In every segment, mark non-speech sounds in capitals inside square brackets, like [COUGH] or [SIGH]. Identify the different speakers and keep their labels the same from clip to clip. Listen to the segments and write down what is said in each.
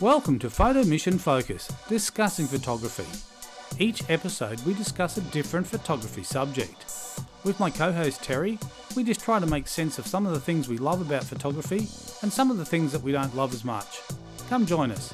Speaker 1: Welcome to Photo Mission Focus, discussing photography. Each episode, we discuss a different photography subject. With my co host Terry, we just try to make sense of some of the things we love about photography and some of the things that we don't love as much. Come join us.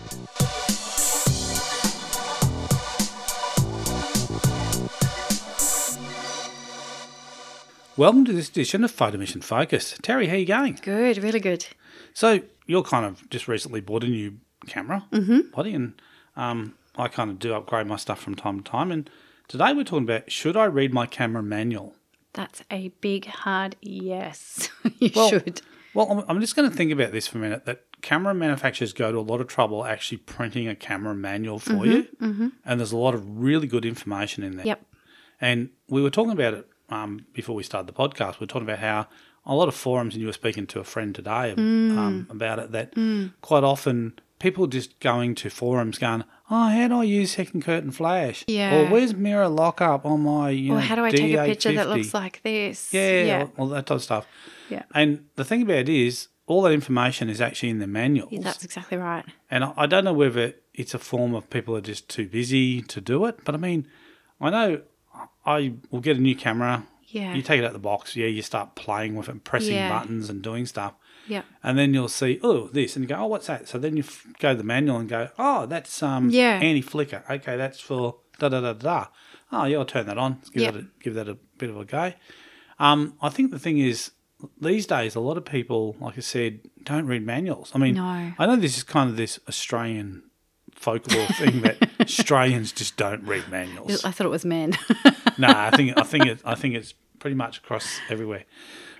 Speaker 1: Welcome to this edition of Photo Mission Focus. Terry, how you going?
Speaker 2: Good, really good.
Speaker 1: So you're kind of just recently bought a new camera mm-hmm. body, and um, I kind of do upgrade my stuff from time to time. And today we're talking about should I read my camera manual?
Speaker 2: That's a big, hard yes. [LAUGHS] you
Speaker 1: Well,
Speaker 2: should.
Speaker 1: Well, I'm- I'm just going to think about this for a minute. That camera manufacturers go to a lot of trouble actually printing a camera manual for you, and there's a lot of really good information in there.
Speaker 2: Yep.
Speaker 1: And we were talking about it um, before we started the podcast. We were talking about how a lot of forums, and you were speaking to a friend today
Speaker 2: Mm.
Speaker 1: um, about it, that quite often people just going to forums going, Oh, how do I use second curtain flash? Or
Speaker 2: Yeah.
Speaker 1: where's mirror lockup on my, you know,
Speaker 2: Or how do I take a picture that
Speaker 1: DA50?"
Speaker 2: looks like this?
Speaker 1: Yeah,
Speaker 2: Yeah.
Speaker 1: All, all that type of stuff.
Speaker 2: Yeah.
Speaker 1: And the thing about it is, all that information is actually in the manuals.
Speaker 2: That's exactly right.
Speaker 1: And I, I don't know whether it's a form of people are just too busy to do it, but I mean, I know I will get a new camera.
Speaker 2: Yeah.
Speaker 1: You take it out of the box. Yeah, you start playing with it, pressing
Speaker 2: Yeah.
Speaker 1: buttons and doing stuff.
Speaker 2: Yeah.
Speaker 1: And then you'll see, oh, this, and you go, oh, what's that? So then you f- go to the manual and go, oh, that's um,
Speaker 2: Yeah.
Speaker 1: anti-flicker. Okay, that's for da da da da. da. Oh, yeah, I'll turn that on. Let's give
Speaker 2: Yeah.
Speaker 1: that a, give that a bit of a go. Um, I think the thing is, these days, a lot of people, like I said, don't read manuals. I mean,
Speaker 2: No.
Speaker 1: I know this is kind of this Australian folklore thing
Speaker 2: [LAUGHS]
Speaker 1: that Australians just don't read manuals
Speaker 2: I thought it was men. [LAUGHS]
Speaker 1: no, I think I think it, I think it's pretty much across everywhere.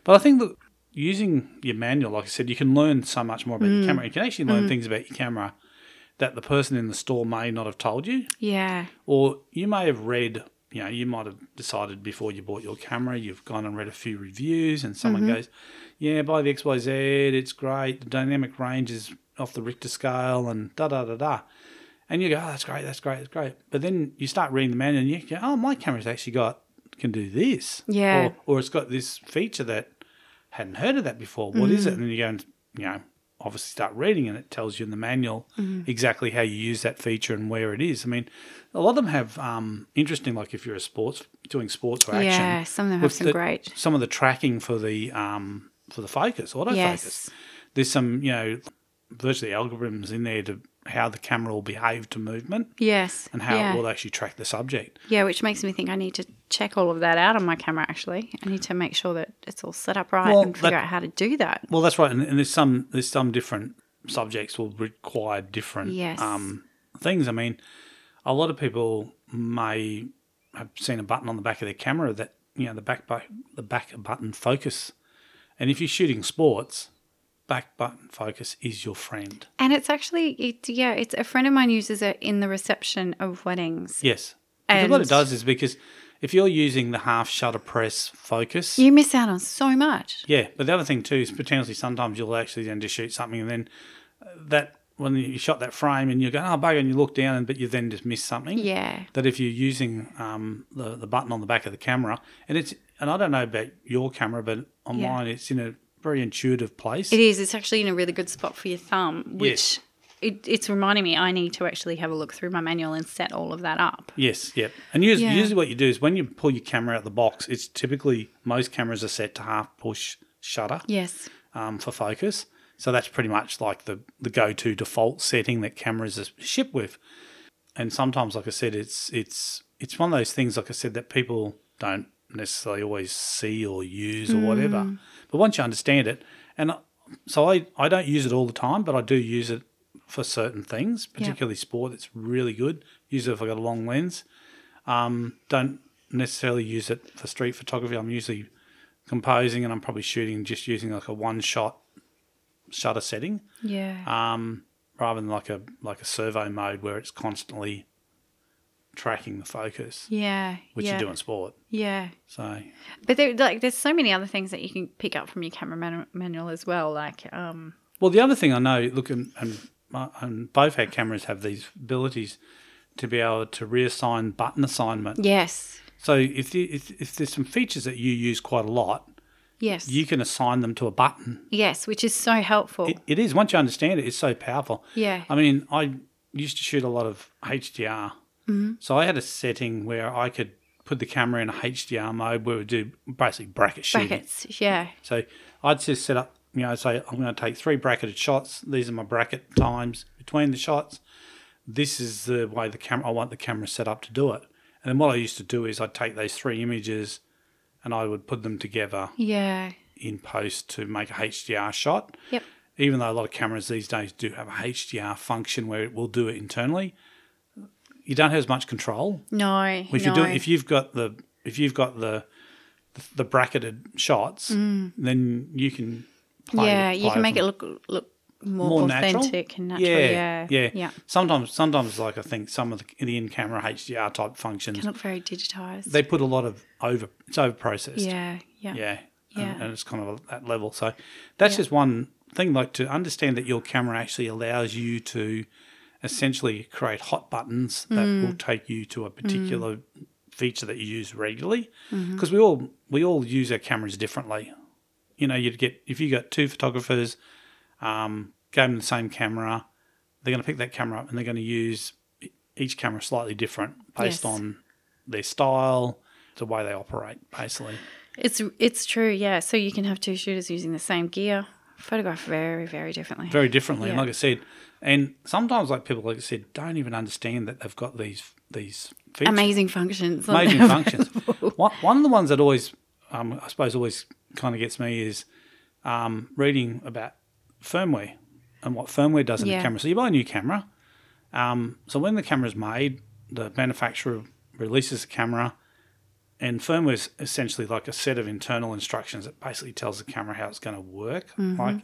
Speaker 1: But I think that using your manual, like I said, you can learn so much more about your camera. You can actually learn things about your camera that the person in the store may not have told you,
Speaker 2: yeah.
Speaker 1: or you may have read. You know, you might have decided before you bought your camera, you've gone and read a few reviews, and someone goes, "Yeah, buy the XYZ. It's great. The dynamic range is off the Richter scale, and da da da da." And you go, oh, that's great, that's great, that's great. But then you start reading the manual and you go, oh, my camera's actually got, can do this.
Speaker 2: Yeah.
Speaker 1: Or, or it's got this feature that hadn't heard of that before. What
Speaker 2: Mm.
Speaker 1: is it? And then you go and, you know, obviously start reading and it tells you in the manual
Speaker 2: Mm-hmm.
Speaker 1: exactly how you use that feature and where it is. I mean, a lot of them have um, interesting, like if you're a sports, doing sports or action.
Speaker 2: Yeah, some of them have
Speaker 1: with
Speaker 2: some
Speaker 1: the-
Speaker 2: great.
Speaker 1: Some of the tracking for the, um, for the focus, autofocus
Speaker 2: Yes.
Speaker 1: there's some you know virtually algorithms in there to how the camera will behave to movement
Speaker 2: Yes.
Speaker 1: and how
Speaker 2: yeah.
Speaker 1: it will actually track the subject.
Speaker 2: yeah, which makes me think I need to check all of that out on my camera actually. I need to make sure that it's all set up right
Speaker 1: Well,
Speaker 2: and figure
Speaker 1: that-
Speaker 2: out how to do that.
Speaker 1: Well, that's right, and, and there's some there's some different subjects will require different
Speaker 2: Yes.
Speaker 1: um, things. I mean, a lot of people may have seen a button on the back of their camera that you know the back bu- the back button focus, and if you're shooting sports, back button focus is your friend.
Speaker 2: And it's actually it, yeah, it's a friend of mine uses it in the reception of weddings.
Speaker 1: Yes, because what it
Speaker 2: And-
Speaker 1: does is because if you're using the half shutter press focus,
Speaker 2: You miss out on so much.
Speaker 1: Yeah, but the other thing too is potentially sometimes you'll actually then just shoot something and then uh, that when you shot that frame and you go oh bugger and you look down and but you then just miss something.
Speaker 2: Yeah.
Speaker 1: That if you're using um, the the button on the back of the camera and it's and I don't know about your camera but on
Speaker 2: Yeah.
Speaker 1: mine it's in a very intuitive place.
Speaker 2: It is. It's actually in a really good spot for your thumb,
Speaker 1: Yes.
Speaker 2: which it, it's reminding me I need to actually have a look through my manual and set all of that up.
Speaker 1: Yes, yep. And usually,
Speaker 2: Yeah.
Speaker 1: usually what you do is when you pull your camera out of the box, it's typically most cameras are set to half push shutter.
Speaker 2: Yes.
Speaker 1: um, for focus. So that's pretty much like the, the go to default setting that cameras are shipped with. And sometimes, like I said, it's it's it's one of those things, like I said, that people don't necessarily always see or use or whatever. But once you understand it, and I- so I, I don't use it all the time, but I do use it for certain things, particularly sport. It's really good. Use it if I got a long lens. Um, don't necessarily use it for street photography. I'm usually composing and I'm probably shooting just using like a one shot shutter setting
Speaker 2: Yeah.
Speaker 1: um, rather than like a like a servo mode where it's constantly tracking the focus,
Speaker 2: yeah.
Speaker 1: which
Speaker 2: yeah.
Speaker 1: you do in sport.
Speaker 2: Yeah.
Speaker 1: So
Speaker 2: But there, like, there's so many other things that you can pick up from your camera manu- manual as well. Like, um,
Speaker 1: Well, the other thing I know, look, and, and, my- and both our cameras have these abilities to be able to reassign button assignment.
Speaker 2: yes.
Speaker 1: So if, the, if if there's some features that you use quite a lot,
Speaker 2: Yes.
Speaker 1: you can assign them to a button.
Speaker 2: yes, which is so helpful.
Speaker 1: It, it is once you understand it, it's so powerful.
Speaker 2: Yeah.
Speaker 1: I mean, I used to shoot a lot of HDR, so I had a setting where I could put the camera in a HDR mode where we do basically bracket shooting.
Speaker 2: Brackets. Yeah.
Speaker 1: So I'd just set up, you know, say I'm going to take three bracketed shots. These are my bracket times between the shots. This is the way the camera I want the camera set up to do it. And then what I used to do is I'd take those three images and I would put them together
Speaker 2: Yeah.
Speaker 1: in post to make a HDR shot.
Speaker 2: Yep.
Speaker 1: Even though a lot of cameras these days do have a HDR function where it will do it internally, you don't have as much control.
Speaker 2: No.
Speaker 1: If you
Speaker 2: no.
Speaker 1: do, if you've got the if you've got the the bracketed shots, then you can play,
Speaker 2: Mm. yeah, you
Speaker 1: play
Speaker 2: can make
Speaker 1: them
Speaker 2: it look look more,
Speaker 1: natural.
Speaker 2: authentic and natural. Yeah.
Speaker 1: yeah,
Speaker 2: Yeah.
Speaker 1: Sometimes, sometimes like I think some of the, the in-camera HDR type functions,
Speaker 2: Can look very digitized.
Speaker 1: they put a lot of over it's over processed.
Speaker 2: yeah. Yeah.
Speaker 1: yeah,
Speaker 2: Yeah.
Speaker 1: And, and it's kind of that level. So that's just one thing. Like to understand that your camera actually allows you to essentially create hot buttons that
Speaker 2: Mm.
Speaker 1: will take you to a particular feature that you use regularly.
Speaker 2: Mm-hmm.
Speaker 1: Because we all we all use our cameras differently. You know, you'd get if you got two photographers, um, gave them the same camera, they're going to pick that camera up and they're going to use e- each camera slightly different based
Speaker 2: Yes.
Speaker 1: on their style, the way they operate, basically.
Speaker 2: It's it's true. Yeah. So you can have two shooters using the same gear, photograph very very differently.
Speaker 1: very differently. And
Speaker 2: Yeah.
Speaker 1: like I said, and sometimes like people, like I said, don't even understand that they've got these these features,
Speaker 2: Amazing functions. [LAUGHS]
Speaker 1: [LAUGHS]
Speaker 2: on
Speaker 1: amazing
Speaker 2: them.
Speaker 1: functions. one, one of the ones that always, um, I suppose, always kind of gets me is um, reading about firmware and what firmware does in the
Speaker 2: Yeah.
Speaker 1: camera. So you buy a new camera. Um, so when the camera's made, the manufacturer releases the camera. And firmware is essentially like a set of internal instructions that basically tells the camera how it's going to work.
Speaker 2: Mm-hmm.
Speaker 1: Like,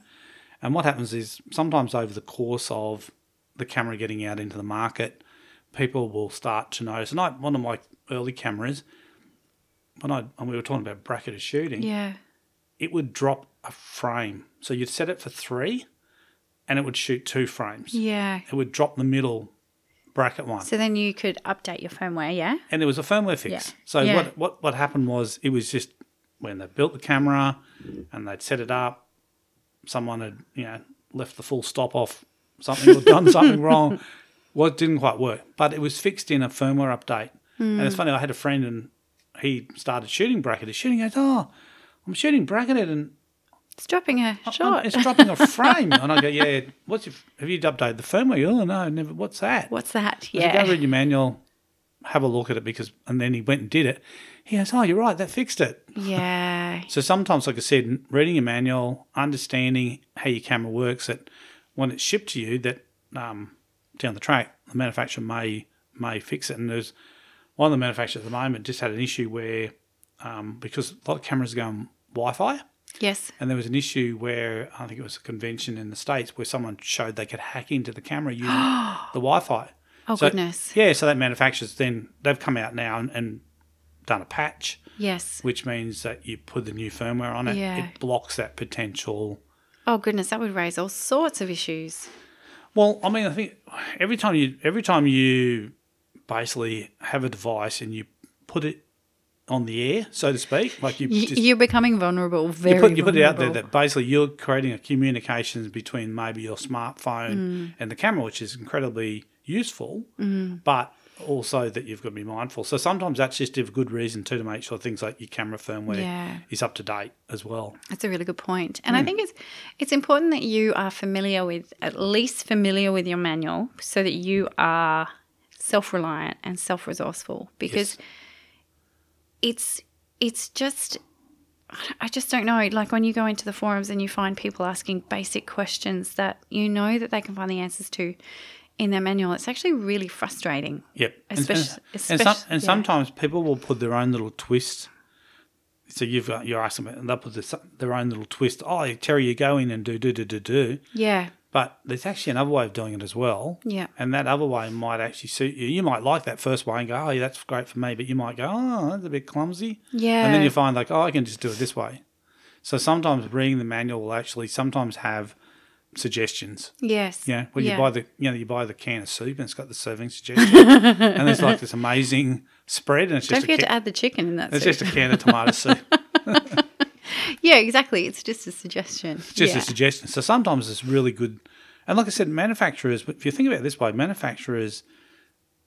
Speaker 1: and what happens is sometimes over the course of the camera getting out into the market, people will start to notice. And I, one of my early cameras, when I and we were talking about bracketed shooting,
Speaker 2: yeah.
Speaker 1: it would drop a frame. So you'd set it for three, and it would shoot two frames.
Speaker 2: Yeah.
Speaker 1: It would drop the middle bracket one
Speaker 2: So then you could update your firmware. Yeah.
Speaker 1: and there was a firmware fix.
Speaker 2: Yeah.
Speaker 1: So
Speaker 2: Yeah.
Speaker 1: what, what what happened was it was just when they built the camera and they'd set it up, someone had you know left the full stop off something or
Speaker 2: [LAUGHS]
Speaker 1: done something wrong. Well, it didn't quite work, but it was fixed in a firmware update. And
Speaker 2: Hmm.
Speaker 1: it's funny, I had a friend and he started shooting bracketed shooting. He goes, oh, I'm shooting bracketed and
Speaker 2: It's dropping a
Speaker 1: I'm-
Speaker 2: shot.
Speaker 1: Oh, it's dropping a frame. and I go, yeah, what's your, have you updated the firmware? Oh no, never. What's that?
Speaker 2: [LAUGHS] What's that?
Speaker 1: I said,
Speaker 2: Yeah.
Speaker 1: Go read your manual, have a look at it because, and then he went and did it. He goes, Oh, you're right, that fixed it.
Speaker 2: Yeah.
Speaker 1: So sometimes, like I said, reading your manual, understanding how your camera works, that when it's shipped to you, that um, down the track, the manufacturer may may fix it. And there's one of the manufacturers at the moment just had an issue where, um, because a lot of cameras go on Wi Fi,
Speaker 2: Yes.
Speaker 1: and there was an issue where I think it was a convention in the States where someone showed they could hack into the camera
Speaker 2: [GASPS]
Speaker 1: using the Wi Fi.
Speaker 2: Oh
Speaker 1: So-
Speaker 2: goodness.
Speaker 1: Yeah, so that manufacturer's then they've come out now and, and done a patch,
Speaker 2: Yes.
Speaker 1: which means that you put the new firmware on it.
Speaker 2: Yeah.
Speaker 1: It blocks that potential.
Speaker 2: Oh goodness, that would raise all sorts of issues.
Speaker 1: Well, I mean, I think every time you every time you basically have a device and you put it on the air, so to speak, like you
Speaker 2: Y-
Speaker 1: just
Speaker 2: you're becoming vulnerable. Very
Speaker 1: you put, you put it out there
Speaker 2: vulnerable.
Speaker 1: that basically you're creating a communications between maybe your smartphone
Speaker 2: Mm.
Speaker 1: and the camera, which is incredibly useful, but also that you've got to be mindful. So sometimes that's just a good reason too to make sure things like your camera firmware
Speaker 2: Yeah.
Speaker 1: is up to date as well.
Speaker 2: That's a really good point. And
Speaker 1: Hmm.
Speaker 2: I think it's it's important that you are familiar with at least familiar with your manual so that you are self-reliant and self-resourceful because it's it's just I don't- I just don't know. Like when you go into the forums and you find people asking basic questions that you know that they can find the answers to in their manual, it's actually really frustrating.
Speaker 1: Yep. And-
Speaker 2: Especi-
Speaker 1: and,
Speaker 2: especi-
Speaker 1: and, some, and
Speaker 2: yeah.
Speaker 1: sometimes people will put their own little twist. So you've got you're asking, and they'll put this, their own little twist. Oh, Terry, you go in and do do do do do.
Speaker 2: Yeah.
Speaker 1: But there's actually another way of doing it as well.
Speaker 2: Yeah.
Speaker 1: And that other way might actually suit you. You might like that first way and go, oh, yeah, that's great for me. But you might go, oh, that's a bit clumsy.
Speaker 2: Yeah.
Speaker 1: And then you find, like, oh, I can just do it this way. So sometimes reading the manual will actually sometimes have suggestions.
Speaker 2: yes.
Speaker 1: Yeah, well,
Speaker 2: Yeah.
Speaker 1: you buy the you know you buy the can of soup and it's got the serving suggestion, [LAUGHS] and there's like this amazing spread, and it's
Speaker 2: Don't
Speaker 1: just a
Speaker 2: forget
Speaker 1: can,
Speaker 2: [LAUGHS] to add the chicken in that.
Speaker 1: it's
Speaker 2: soup.
Speaker 1: just a can of tomato soup.
Speaker 2: Yeah, exactly. It's just a suggestion.
Speaker 1: just
Speaker 2: yeah.
Speaker 1: a suggestion. So sometimes it's really good. And like I said, manufacturers, if you think about it this way, manufacturers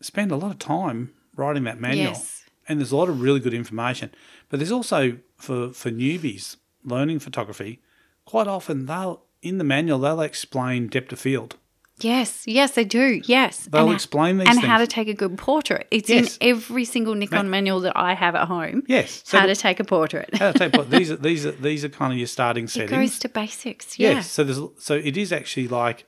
Speaker 1: spend a lot of time writing that manual.
Speaker 2: Yes.
Speaker 1: And there's a lot of really good information. But there's also, for, for newbies learning photography, quite often they'll, in the manual, they'll explain depth of field.
Speaker 2: Yes, yes, they do. Yes.
Speaker 1: They'll
Speaker 2: ho-
Speaker 1: explain these
Speaker 2: And how to
Speaker 1: things.
Speaker 2: take a good portrait. It's
Speaker 1: Yes.
Speaker 2: in every single Nikon manual that I have at home.
Speaker 1: Yes. So
Speaker 2: how
Speaker 1: the-
Speaker 2: to take a portrait.
Speaker 1: I'll tell you what, these are these are these are kind of your starting
Speaker 2: [LAUGHS] it
Speaker 1: settings.
Speaker 2: goes to basics. Yeah.
Speaker 1: yes. So there's so it is actually like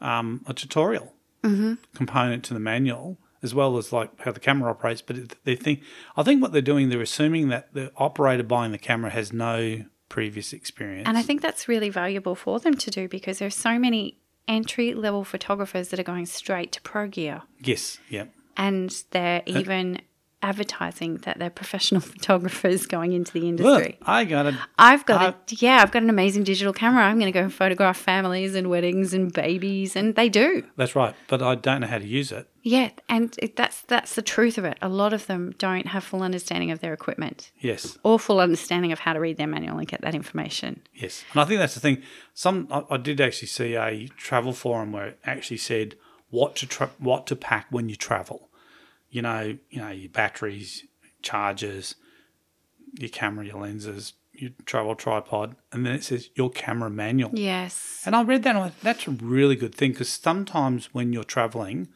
Speaker 1: um, a tutorial
Speaker 2: Mm-hmm.
Speaker 1: component to the manual as well as like how the camera operates. But it, they think I think what they're doing they're assuming that the operator buying the camera has no previous experience.
Speaker 2: And I think that's really valuable for them to do because there's so many entry level photographers that are going straight to pro gear
Speaker 1: yes, yeah,
Speaker 2: and they're even advertising that they're professional [LAUGHS] photographers going into the industry.
Speaker 1: look, Uh, I got it.
Speaker 2: I've got a, yeah, I've got an amazing digital camera. I'm going to go and photograph families and weddings and babies and they do.
Speaker 1: That's right, but I don't know how to use it.
Speaker 2: Yeah, and it, that's that's the truth of it. A lot of them don't have full understanding of their equipment
Speaker 1: Yes,
Speaker 2: or full understanding of how to read their manual and get that information.
Speaker 1: Yes, and I think that's the thing. Some I, I did actually see a travel forum where it actually said what to tra- what to pack when you travel. You know, you know your batteries, chargers, your camera, your lenses, your travel tripod, and then it says your camera manual.
Speaker 2: Yes.
Speaker 1: And I read that and I went, that's a really good thing because sometimes when you're traveling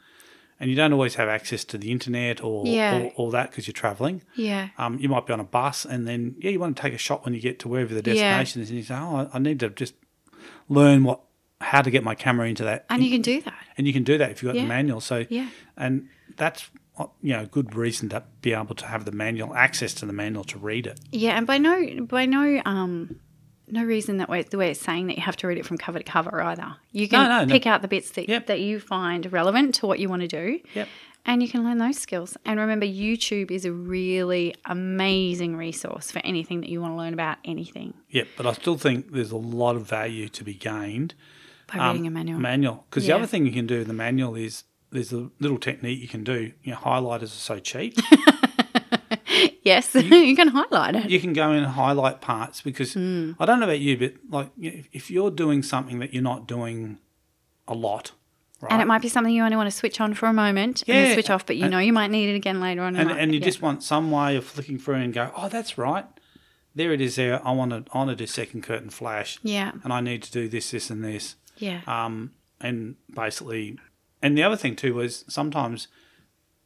Speaker 1: and you don't always have access to the internet or
Speaker 2: Yeah.
Speaker 1: or, or that because you're traveling,
Speaker 2: Yeah.
Speaker 1: um, you might be on a bus and then yeah you want to take a shot when you get to wherever the
Speaker 2: Yeah.
Speaker 1: destination is and you say oh I- i need to just learn what how to get my camera into that
Speaker 2: And you can do that.
Speaker 1: and you can do that if you've got
Speaker 2: Yeah.
Speaker 1: the manual so
Speaker 2: Yeah.
Speaker 1: and that's what- you know a good reason to be able to have the manual access to the manual to read it
Speaker 2: Yeah, and by no by no um no reason that way the way it's saying that you have to read it from cover to cover either. You can
Speaker 1: No, no, no.
Speaker 2: pick out the bits that
Speaker 1: Yep.
Speaker 2: that you find relevant to what you want to do.
Speaker 1: Yep.
Speaker 2: And you can learn those skills. And remember YouTube is a really amazing resource for anything that you want to learn about anything
Speaker 1: yeah but i still think there's a lot of value to be gained um,
Speaker 2: by reading a manual.
Speaker 1: manual because
Speaker 2: Yeah.
Speaker 1: the other thing you can do in the manual is there's a little technique you can do you know highlighters are so cheap
Speaker 2: yes, [LAUGHS] you can highlight it.
Speaker 1: you can go in and highlight parts because
Speaker 2: Hmm.
Speaker 1: I don't know about you, but like you know, if- if you're doing something that you're not doing a lot, right?
Speaker 2: And it might be something you only want to switch on for a moment and
Speaker 1: Yeah,
Speaker 2: then switch off, but you know you might need it again later on. in
Speaker 1: and,
Speaker 2: life.
Speaker 1: and you
Speaker 2: Yeah.
Speaker 1: just want some way of flicking through and go, oh, that's right, there it is. There, I want to I want to do second curtain flash,
Speaker 2: yeah,
Speaker 1: and I need to do this, this, and this.
Speaker 2: yeah,
Speaker 1: Um, and basically, and the other thing too was sometimes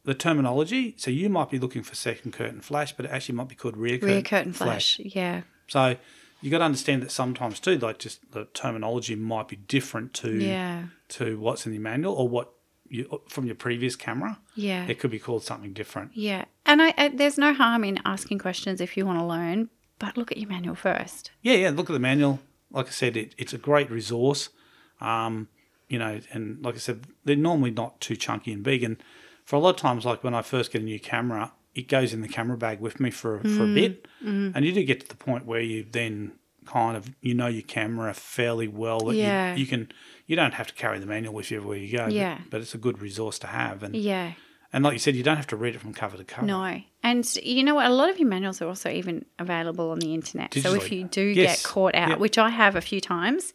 Speaker 1: the terminology. So you might be looking for second curtain flash, but it actually might be called rear curtain,
Speaker 2: rear curtain flash. Yeah,
Speaker 1: So you got to understand that sometimes too, like just the terminology might be different to
Speaker 2: yeah,
Speaker 1: to what's in the manual or what you from your previous camera.
Speaker 2: yeah.
Speaker 1: It could be called something different.
Speaker 2: Yeah, and I, I there's no harm in asking questions if you want to learn, but look at your manual first.
Speaker 1: Yeah, yeah. Look at the manual. Like I said, it, it's a great resource. Um, you know, and like I said, they're normally not too chunky and big. And for a lot of times, like when I first get a new camera, it goes in the camera bag with me for for
Speaker 2: Mm,
Speaker 1: a bit, and you do get to the point where you then kind of you know your camera fairly well. That you-
Speaker 2: Yeah.
Speaker 1: You, can you don't have to carry the manual with you everywhere you go. but-
Speaker 2: Yeah.
Speaker 1: But, it's a good resource to have, and
Speaker 2: Yeah,
Speaker 1: and like you said, you don't have to read it from cover to cover.
Speaker 2: no, and you know what? A lot of your manuals are also even available on the internet. So if
Speaker 1: Digitally.
Speaker 2: you do
Speaker 1: Yes.
Speaker 2: get caught out,
Speaker 1: Yeah.
Speaker 2: which I have a few times,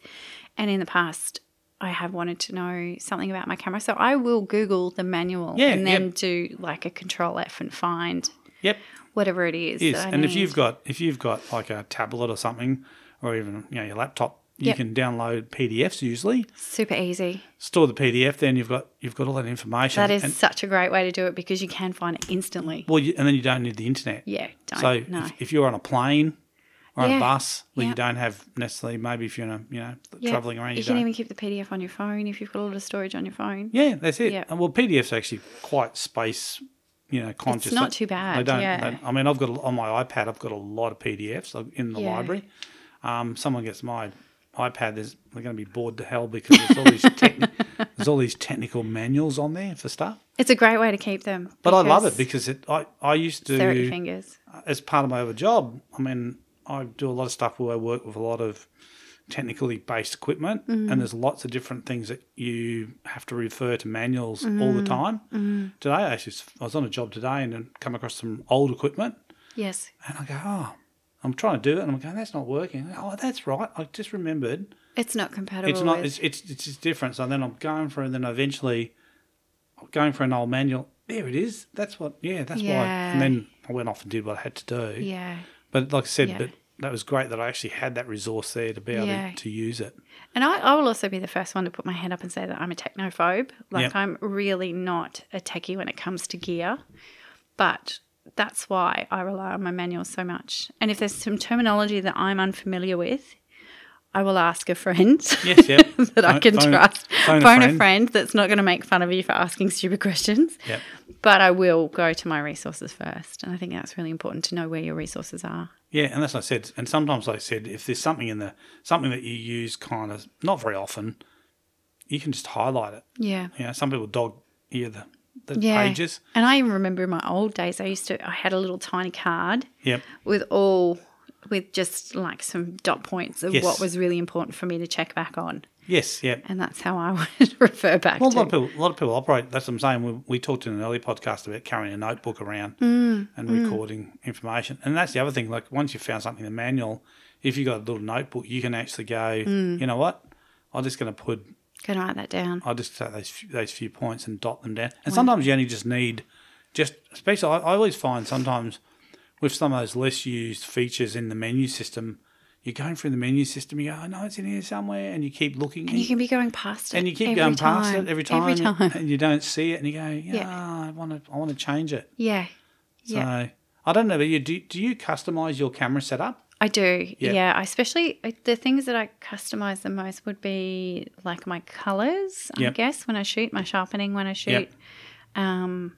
Speaker 2: and in the past. I have wanted to know something about my camera, so I will Google the manual
Speaker 1: Yeah,
Speaker 2: and then
Speaker 1: yep.
Speaker 2: do like a Control F and find
Speaker 1: Yep.
Speaker 2: whatever it is.
Speaker 1: Yes,
Speaker 2: that I
Speaker 1: and if
Speaker 2: need.
Speaker 1: you've got if you've got like a tablet or something, or even you know your laptop, you
Speaker 2: Yep.
Speaker 1: can download PDFs usually.
Speaker 2: super easy,
Speaker 1: Store the PDF, then you've got you've got all that information.
Speaker 2: that is
Speaker 1: and,
Speaker 2: such a great way to do it because you can find it instantly.
Speaker 1: well, you, and then you don't need the internet.
Speaker 2: Yeah, don't
Speaker 1: so
Speaker 2: no.
Speaker 1: if, if you're on a plane or on
Speaker 2: Yeah,
Speaker 1: a bus, where
Speaker 2: yeah.
Speaker 1: you don't have necessarily maybe if you're in a, you know
Speaker 2: Yeah,
Speaker 1: traveling around, you,
Speaker 2: You can
Speaker 1: don't.
Speaker 2: even keep the PDF on your phone if you've got a lot of storage on your phone.
Speaker 1: yeah, that's it.
Speaker 2: Yeah.
Speaker 1: And well, PDFs are actually quite space, you know, conscious.
Speaker 2: not
Speaker 1: They-
Speaker 2: too bad,
Speaker 1: They don't.
Speaker 2: yeah.
Speaker 1: they- I mean, I've got a- on my iPad. I've got a lot of PDFs in the
Speaker 2: Yeah.
Speaker 1: library. Um, someone gets my iPad, there's, they're going to be bored to hell because there's all
Speaker 2: [LAUGHS]
Speaker 1: these techni- there's all these technical manuals on there for stuff.
Speaker 2: It's a great way to keep them.
Speaker 1: But I love it
Speaker 2: because
Speaker 1: because it. I I used to
Speaker 2: they're at your fingers.
Speaker 1: as part of my other job. I mean, I do a lot of stuff where I work with a lot of technically based equipment, and there's lots of different things that you have to refer to manuals all the time. Today, I, actually, I was on a job today and then come across some old equipment,
Speaker 2: Yes.
Speaker 1: and I go, oh, I'm trying to do it, and I'm going, that's not working. Oh, that's right. I just remembered.
Speaker 2: It's not compatible.
Speaker 1: It's not.
Speaker 2: with-
Speaker 1: It's it's it's just different. So then I'm going for, and then eventually, I'm going for an old manual. There it is. That's what. Yeah, that's why.
Speaker 2: Yeah.
Speaker 1: And then I went off and did what I had to do.
Speaker 2: yeah.
Speaker 1: But like I said,
Speaker 2: Yeah.
Speaker 1: but that was great that I actually had that resource there to be able
Speaker 2: Yeah.
Speaker 1: to, to use it.
Speaker 2: And I, I will also be the first one to put my hand up and say that I'm a technophobe. Like
Speaker 1: Yep.
Speaker 2: I'm really not a techie when it comes to gear, but that's why I rely on my manual so much. And if there's some terminology that I'm unfamiliar with, I will ask a friend
Speaker 1: Yes,
Speaker 2: [LAUGHS]
Speaker 1: yep.
Speaker 2: that I
Speaker 1: Phone-
Speaker 2: can
Speaker 1: phone-
Speaker 2: trust.
Speaker 1: phone a friend.
Speaker 2: that's not going to make fun of you for asking stupid questions.
Speaker 1: Yep.
Speaker 2: But I will go to my resources first, and I think that's really important to know where your resources are.
Speaker 1: Yeah, and that's what I said. And sometimes, like I said, if there's something in the something that you use kind of not very often, you can just highlight it.
Speaker 2: Yeah.
Speaker 1: You know, some people dog ear the, the pages.
Speaker 2: And I even remember in my old days, I used to, I had a little tiny card
Speaker 1: Yep.
Speaker 2: with all, with just like some dot points of
Speaker 1: Yes.
Speaker 2: what was really important for me to check back on.
Speaker 1: Yes. Yep.
Speaker 2: And that's how I [LAUGHS] would refer back
Speaker 1: Well, a
Speaker 2: to.
Speaker 1: lot of people, a lot of people operate. That's what I'm saying. We, we talked in an earlier podcast about carrying a notebook around
Speaker 2: Mm,
Speaker 1: and recording information. And that's the other thing. Like once you found something in the manual, if you got a little notebook, you can actually go.
Speaker 2: Mm.
Speaker 1: You know what? I'm just going to put.
Speaker 2: Can I write that down?
Speaker 1: I'll just take those few, those few points and dot them down. And sometimes you only just need, just especially. I, I always find sometimes with some of those less used features in the menu system. You're going through the menu system. You go, I know it's in here somewhere, and you keep looking.
Speaker 2: And you can be going past it.
Speaker 1: and you keep
Speaker 2: every
Speaker 1: going past
Speaker 2: time,
Speaker 1: it every time,
Speaker 2: Every time.
Speaker 1: and you don't see it, and you go, "Yeah,
Speaker 2: Yeah.
Speaker 1: I want to, I want to change it."
Speaker 2: Yeah.
Speaker 1: [LAUGHS] So
Speaker 2: Yeah.
Speaker 1: I don't know, but you do. Do you customize your camera setup?
Speaker 2: I do.
Speaker 1: Yeah.
Speaker 2: Yeah. I especially I- the things that I customize the most would be like my colors, I
Speaker 1: Yep.
Speaker 2: guess, when I shoot, my sharpening when I shoot. Um,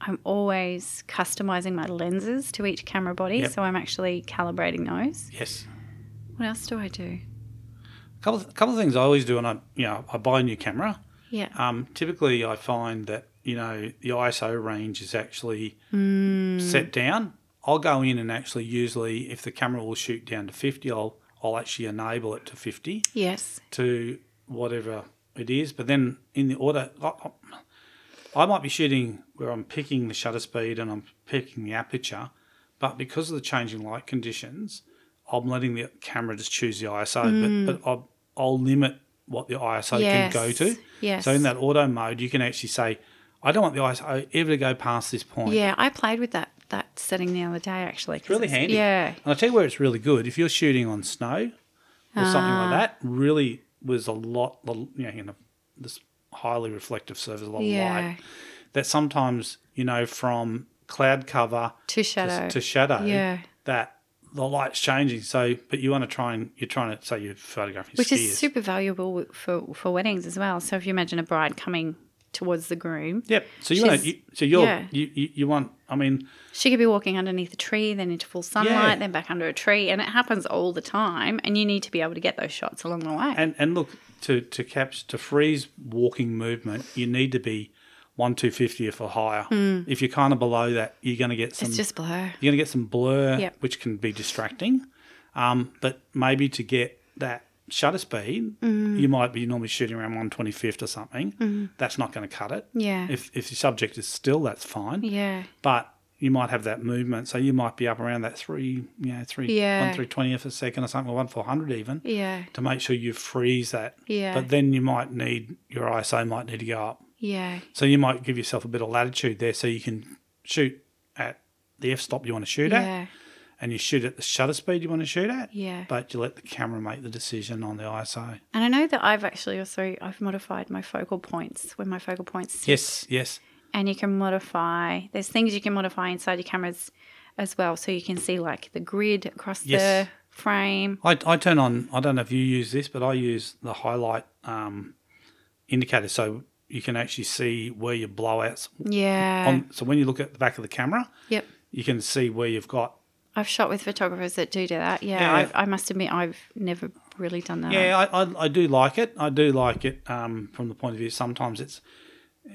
Speaker 2: I'm always customizing my lenses to each camera body.
Speaker 1: Yep.
Speaker 2: So I'm actually calibrating those.
Speaker 1: Yes.
Speaker 2: What else do I do?
Speaker 1: A couple, a couple of things I always do when I, you know, I buy a new camera.
Speaker 2: Yeah.
Speaker 1: Um, typically, I find that you know the ISO range is actually set down. I'll go in and actually usually, if the camera will shoot down to fifty, I'll I'll actually enable it to fifty.
Speaker 2: yes.
Speaker 1: to whatever it is. But then in the order, I, I might be shooting where I'm picking the shutter speed and I'm picking the aperture, but because of the changing light conditions, I'm letting the camera just choose the ISO, but, but I'll, I'll limit what the ISO
Speaker 2: Mm. yes.
Speaker 1: can go to.
Speaker 2: Yes.
Speaker 1: So in that auto mode, you can actually say, I don't want the ISO ever to go past this point.
Speaker 2: Yeah, I played with that that setting the other day actually. It's
Speaker 1: really handy.
Speaker 2: Yeah.
Speaker 1: And I'll tell you where it's really good. If you're shooting on snow or something
Speaker 2: Ah.
Speaker 1: like that, really was a lot, you know, in a, this highly reflective surface, a lot
Speaker 2: Yeah.
Speaker 1: of light, that sometimes, you know, from cloud cover
Speaker 2: To shadow.
Speaker 1: to shadow,
Speaker 2: Yeah.
Speaker 1: that the light's changing. So, but you want to try and, you're trying to, say you're photographing
Speaker 2: Which
Speaker 1: skiers.
Speaker 2: is super valuable for for weddings as well. So if you imagine a bride coming towards the groom,
Speaker 1: Yep. So you
Speaker 2: She's-
Speaker 1: want to, you, so you're,
Speaker 2: yeah.
Speaker 1: you, you, you want, I mean,
Speaker 2: She could be walking underneath a tree, then into full sunlight,
Speaker 1: Yeah.
Speaker 2: then back under a tree, and it happens all the time. And you need to be able to get those shots along the way.
Speaker 1: And and look to to caps to freeze walking movement, you need to be one two fiftieth or higher. If you're kind of below that, you're going to get some
Speaker 2: Hmm. it's just blur.
Speaker 1: you're going to get some blur,
Speaker 2: Yep.
Speaker 1: which can be distracting. Um, but maybe to get that shutter speed,
Speaker 2: Hmm.
Speaker 1: you might be normally shooting around one twenty fifth or something. That's not going to cut it.
Speaker 2: Yeah.
Speaker 1: If if your subject is still, that's fine.
Speaker 2: Yeah.
Speaker 1: But you might have that movement, so you might be up around that three, you know, three
Speaker 2: Yeah.
Speaker 1: one three twentieth a second or something, or one four hundred even
Speaker 2: Yeah.
Speaker 1: to make sure you freeze that.
Speaker 2: Yeah.
Speaker 1: But then you might need your ISO might need to go up.
Speaker 2: Yeah.
Speaker 1: So you might give yourself a bit of latitude there so you can shoot at the f stop you want to shoot at
Speaker 2: Yeah.
Speaker 1: and you shoot at the shutter speed you want to shoot at.
Speaker 2: Yeah.
Speaker 1: But you let the camera make the decision on the ISO.
Speaker 2: And I know that I've actually also I've modified my focal points when my focal points
Speaker 1: Yes, yes.
Speaker 2: and you can modify there's things you can modify inside your cameras as well. So you can see like the grid across
Speaker 1: Yes.
Speaker 2: the frame.
Speaker 1: I, I turn on I don't know if you use this, but I use the highlight um, indicator so you can actually see where your blowouts
Speaker 2: Yeah.
Speaker 1: on so when you look at the back of the camera,
Speaker 2: yep.
Speaker 1: you can see where you've got
Speaker 2: I've shot with photographers that do do that. Yeah,
Speaker 1: Yeah.
Speaker 2: I've, I must admit, I've never really done that.
Speaker 1: Yeah, I, I, I do like it. I do like it um, from the point of view. Sometimes it's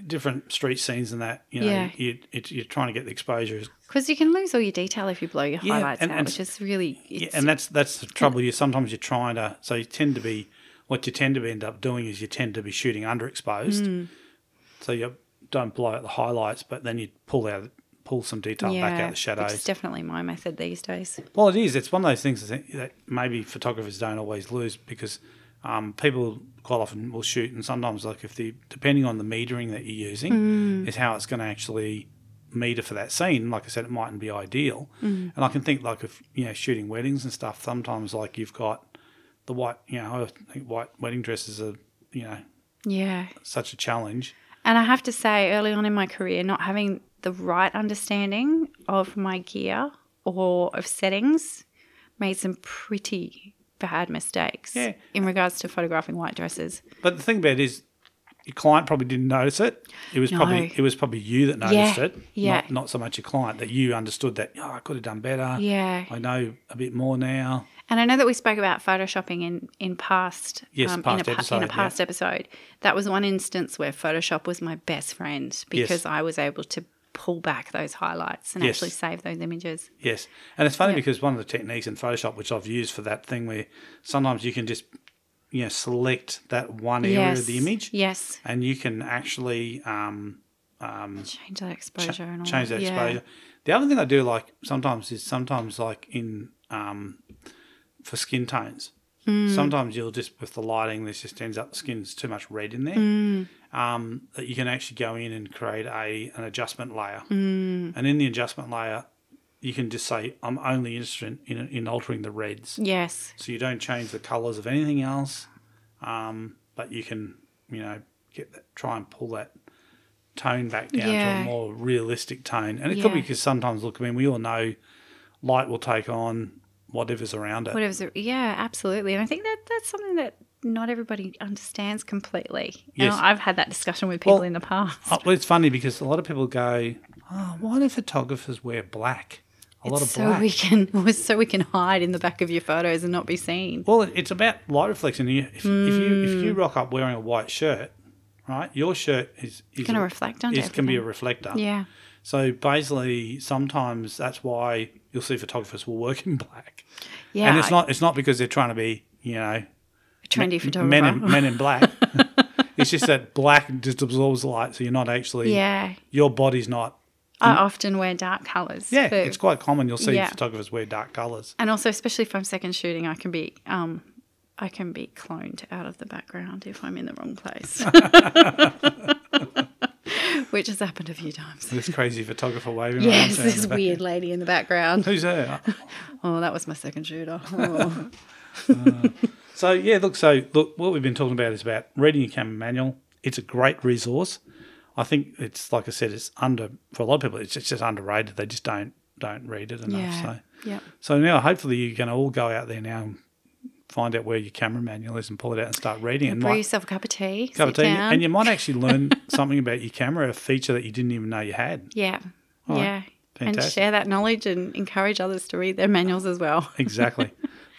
Speaker 1: different street scenes and that. You know,
Speaker 2: Yeah.
Speaker 1: you, it, you're trying to get the exposure.
Speaker 2: Because you can lose all your detail if you blow your
Speaker 1: Yeah,
Speaker 2: highlights
Speaker 1: and-
Speaker 2: out,
Speaker 1: and-
Speaker 2: which is really it's,
Speaker 1: Yeah, and that's that's the trouble. You sometimes you're trying to. So you tend to be what you tend to end up doing is you tend to be
Speaker 2: Hmm.
Speaker 1: shooting underexposed. So you don't blow out the highlights, but then you pull out pull some detail back out of the shadows.
Speaker 2: It's definitely my method these days.
Speaker 1: Well, it is. It's one of those things that that maybe photographers don't always lose because um, people quite often will shoot, and sometimes, like if the depending on the metering that you're using, is how it's going to actually meter for that scene. Like I said, it mightn't be ideal, and I can think like if you know shooting weddings and stuff, sometimes like you've got the white, you know, I think white wedding dresses are you know
Speaker 2: Yeah.
Speaker 1: such a challenge.
Speaker 2: And I have to say, early on in my career, not having the right understanding of my gear or of settings made some pretty bad mistakes
Speaker 1: Yeah.
Speaker 2: in regards to photographing white dresses.
Speaker 1: But the thing about it is, your client probably didn't notice it. It was
Speaker 2: No.
Speaker 1: probably it was probably you that noticed
Speaker 2: Yeah,
Speaker 1: it.
Speaker 2: yeah.
Speaker 1: Not, not so much your client that you understood that. Oh, I could have done better.
Speaker 2: Yeah.
Speaker 1: I know a bit more now.
Speaker 2: And I know that we spoke about photoshopping in in past um,
Speaker 1: Yes,
Speaker 2: in, a,
Speaker 1: past
Speaker 2: pa-
Speaker 1: episode,
Speaker 2: in a
Speaker 1: yeah.
Speaker 2: past episode. That was one instance where Photoshop was my best friend because I was able to pull back those highlights and
Speaker 1: Yes.
Speaker 2: actually save those images.
Speaker 1: Yes. And it's funny
Speaker 2: Yeah.
Speaker 1: because one of the techniques in Photoshop, which I've used for that thing, where sometimes you can just you know select that one area
Speaker 2: yes.
Speaker 1: of the image,
Speaker 2: Yes.
Speaker 1: and you can actually um,
Speaker 2: Change that exposure
Speaker 1: cha-
Speaker 2: and all
Speaker 1: change that
Speaker 2: Yeah.
Speaker 1: exposure. The other thing I do like sometimes is sometimes like in um, for skin tones.
Speaker 2: Hmm.
Speaker 1: Sometimes you'll just with the lighting, this just ends up the skin's too much red in there.
Speaker 2: Hmm.
Speaker 1: Um, that you can actually go in and create a an adjustment layer,
Speaker 2: Hmm.
Speaker 1: and in the adjustment layer, you can just say I'm only interested in in altering the reds,
Speaker 2: Yes.
Speaker 1: so you don't change the colors of anything else. Um, but you can you know get that, try and pull that tone back down to
Speaker 2: Yeah.
Speaker 1: a more realistic tone, and it could be
Speaker 2: Yeah.
Speaker 1: because sometimes look, I mean, we all know light will take on whatever's around it.
Speaker 2: whatever's yeah absolutely and i think that that's something that not everybody understands completely
Speaker 1: Yes.
Speaker 2: and i've had that discussion with people
Speaker 1: Well,
Speaker 2: in the past
Speaker 1: Oh, well, it's funny because a lot of people go, oh, why do photographers wear black? A lot of
Speaker 2: [LAUGHS] so
Speaker 1: black.
Speaker 2: we can [LAUGHS] so we can hide in the back of your photos and not be seen
Speaker 1: Well, it- it's about light reflection. You- If, if you if
Speaker 2: Mm.
Speaker 1: you rock up wearing a white shirt, right, your shirt is is
Speaker 2: gonna reflect onto
Speaker 1: It can be a
Speaker 2: everything.
Speaker 1: reflector.
Speaker 2: yeah
Speaker 1: So basically, sometimes that's why you'll see photographers will work [LAUGHS] in black,
Speaker 2: yeah
Speaker 1: and it's not it's not because they're trying to be you know
Speaker 2: trendy photographer
Speaker 1: men in, men in black. it's just that black just absorbs light, so you're not actually
Speaker 2: [LAUGHS] yeah
Speaker 1: your body's not.
Speaker 2: i often wear dark colors
Speaker 1: Mm. Yeah,
Speaker 2: for-
Speaker 1: it's quite common. You'll see
Speaker 2: Yeah.
Speaker 1: photographers wear dark colours.
Speaker 2: and also especially if i'm second shooting i can be um i can be cloned out of the background if i'm in the wrong place [LAUGHS] which has happened a
Speaker 1: [LAUGHS]
Speaker 2: few times
Speaker 1: This crazy photographer waving.
Speaker 2: [LAUGHS] yes
Speaker 1: around
Speaker 2: this
Speaker 1: saying,
Speaker 2: weird lady in the
Speaker 1: [LAUGHS]
Speaker 2: background
Speaker 1: Who's her?
Speaker 2: Oh, that was my second
Speaker 1: [LAUGHS]
Speaker 2: shooter. Oh.
Speaker 1: So yeah, look. So look, what we've been talking about is about reading your camera manual. It's a great resource. I think it's like I said, it's under for a lot of people. It's just, it's just underrated. They just don't don't read it enough.
Speaker 2: yeah.
Speaker 1: So
Speaker 2: Yep.
Speaker 1: so now hopefully you can all go out there now and find out where your camera manual is and pull it out and start reading it. and
Speaker 2: Brew
Speaker 1: might-
Speaker 2: yourself a cup of tea.
Speaker 1: cup
Speaker 2: sit
Speaker 1: of tea,
Speaker 2: Down.
Speaker 1: and you might actually learn something about your camera, a feature that you didn't even know you had.
Speaker 2: yeah.
Speaker 1: All right.
Speaker 2: Yeah. And
Speaker 1: Fantastic.
Speaker 2: share that knowledge and encourage others to read their manuals as well.
Speaker 1: Exactly.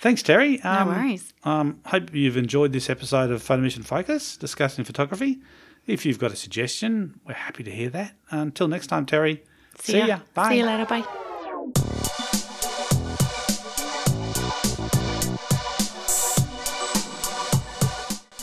Speaker 1: Thanks, Terry. Um,
Speaker 2: worries.
Speaker 1: Um, hope you've enjoyed this episode of Photo Mission Focus discussing photography. If you've got a suggestion, we're happy to hear that. Until next time, Terry.
Speaker 2: ya.
Speaker 1: ya. Bye.
Speaker 2: See you later. Bye.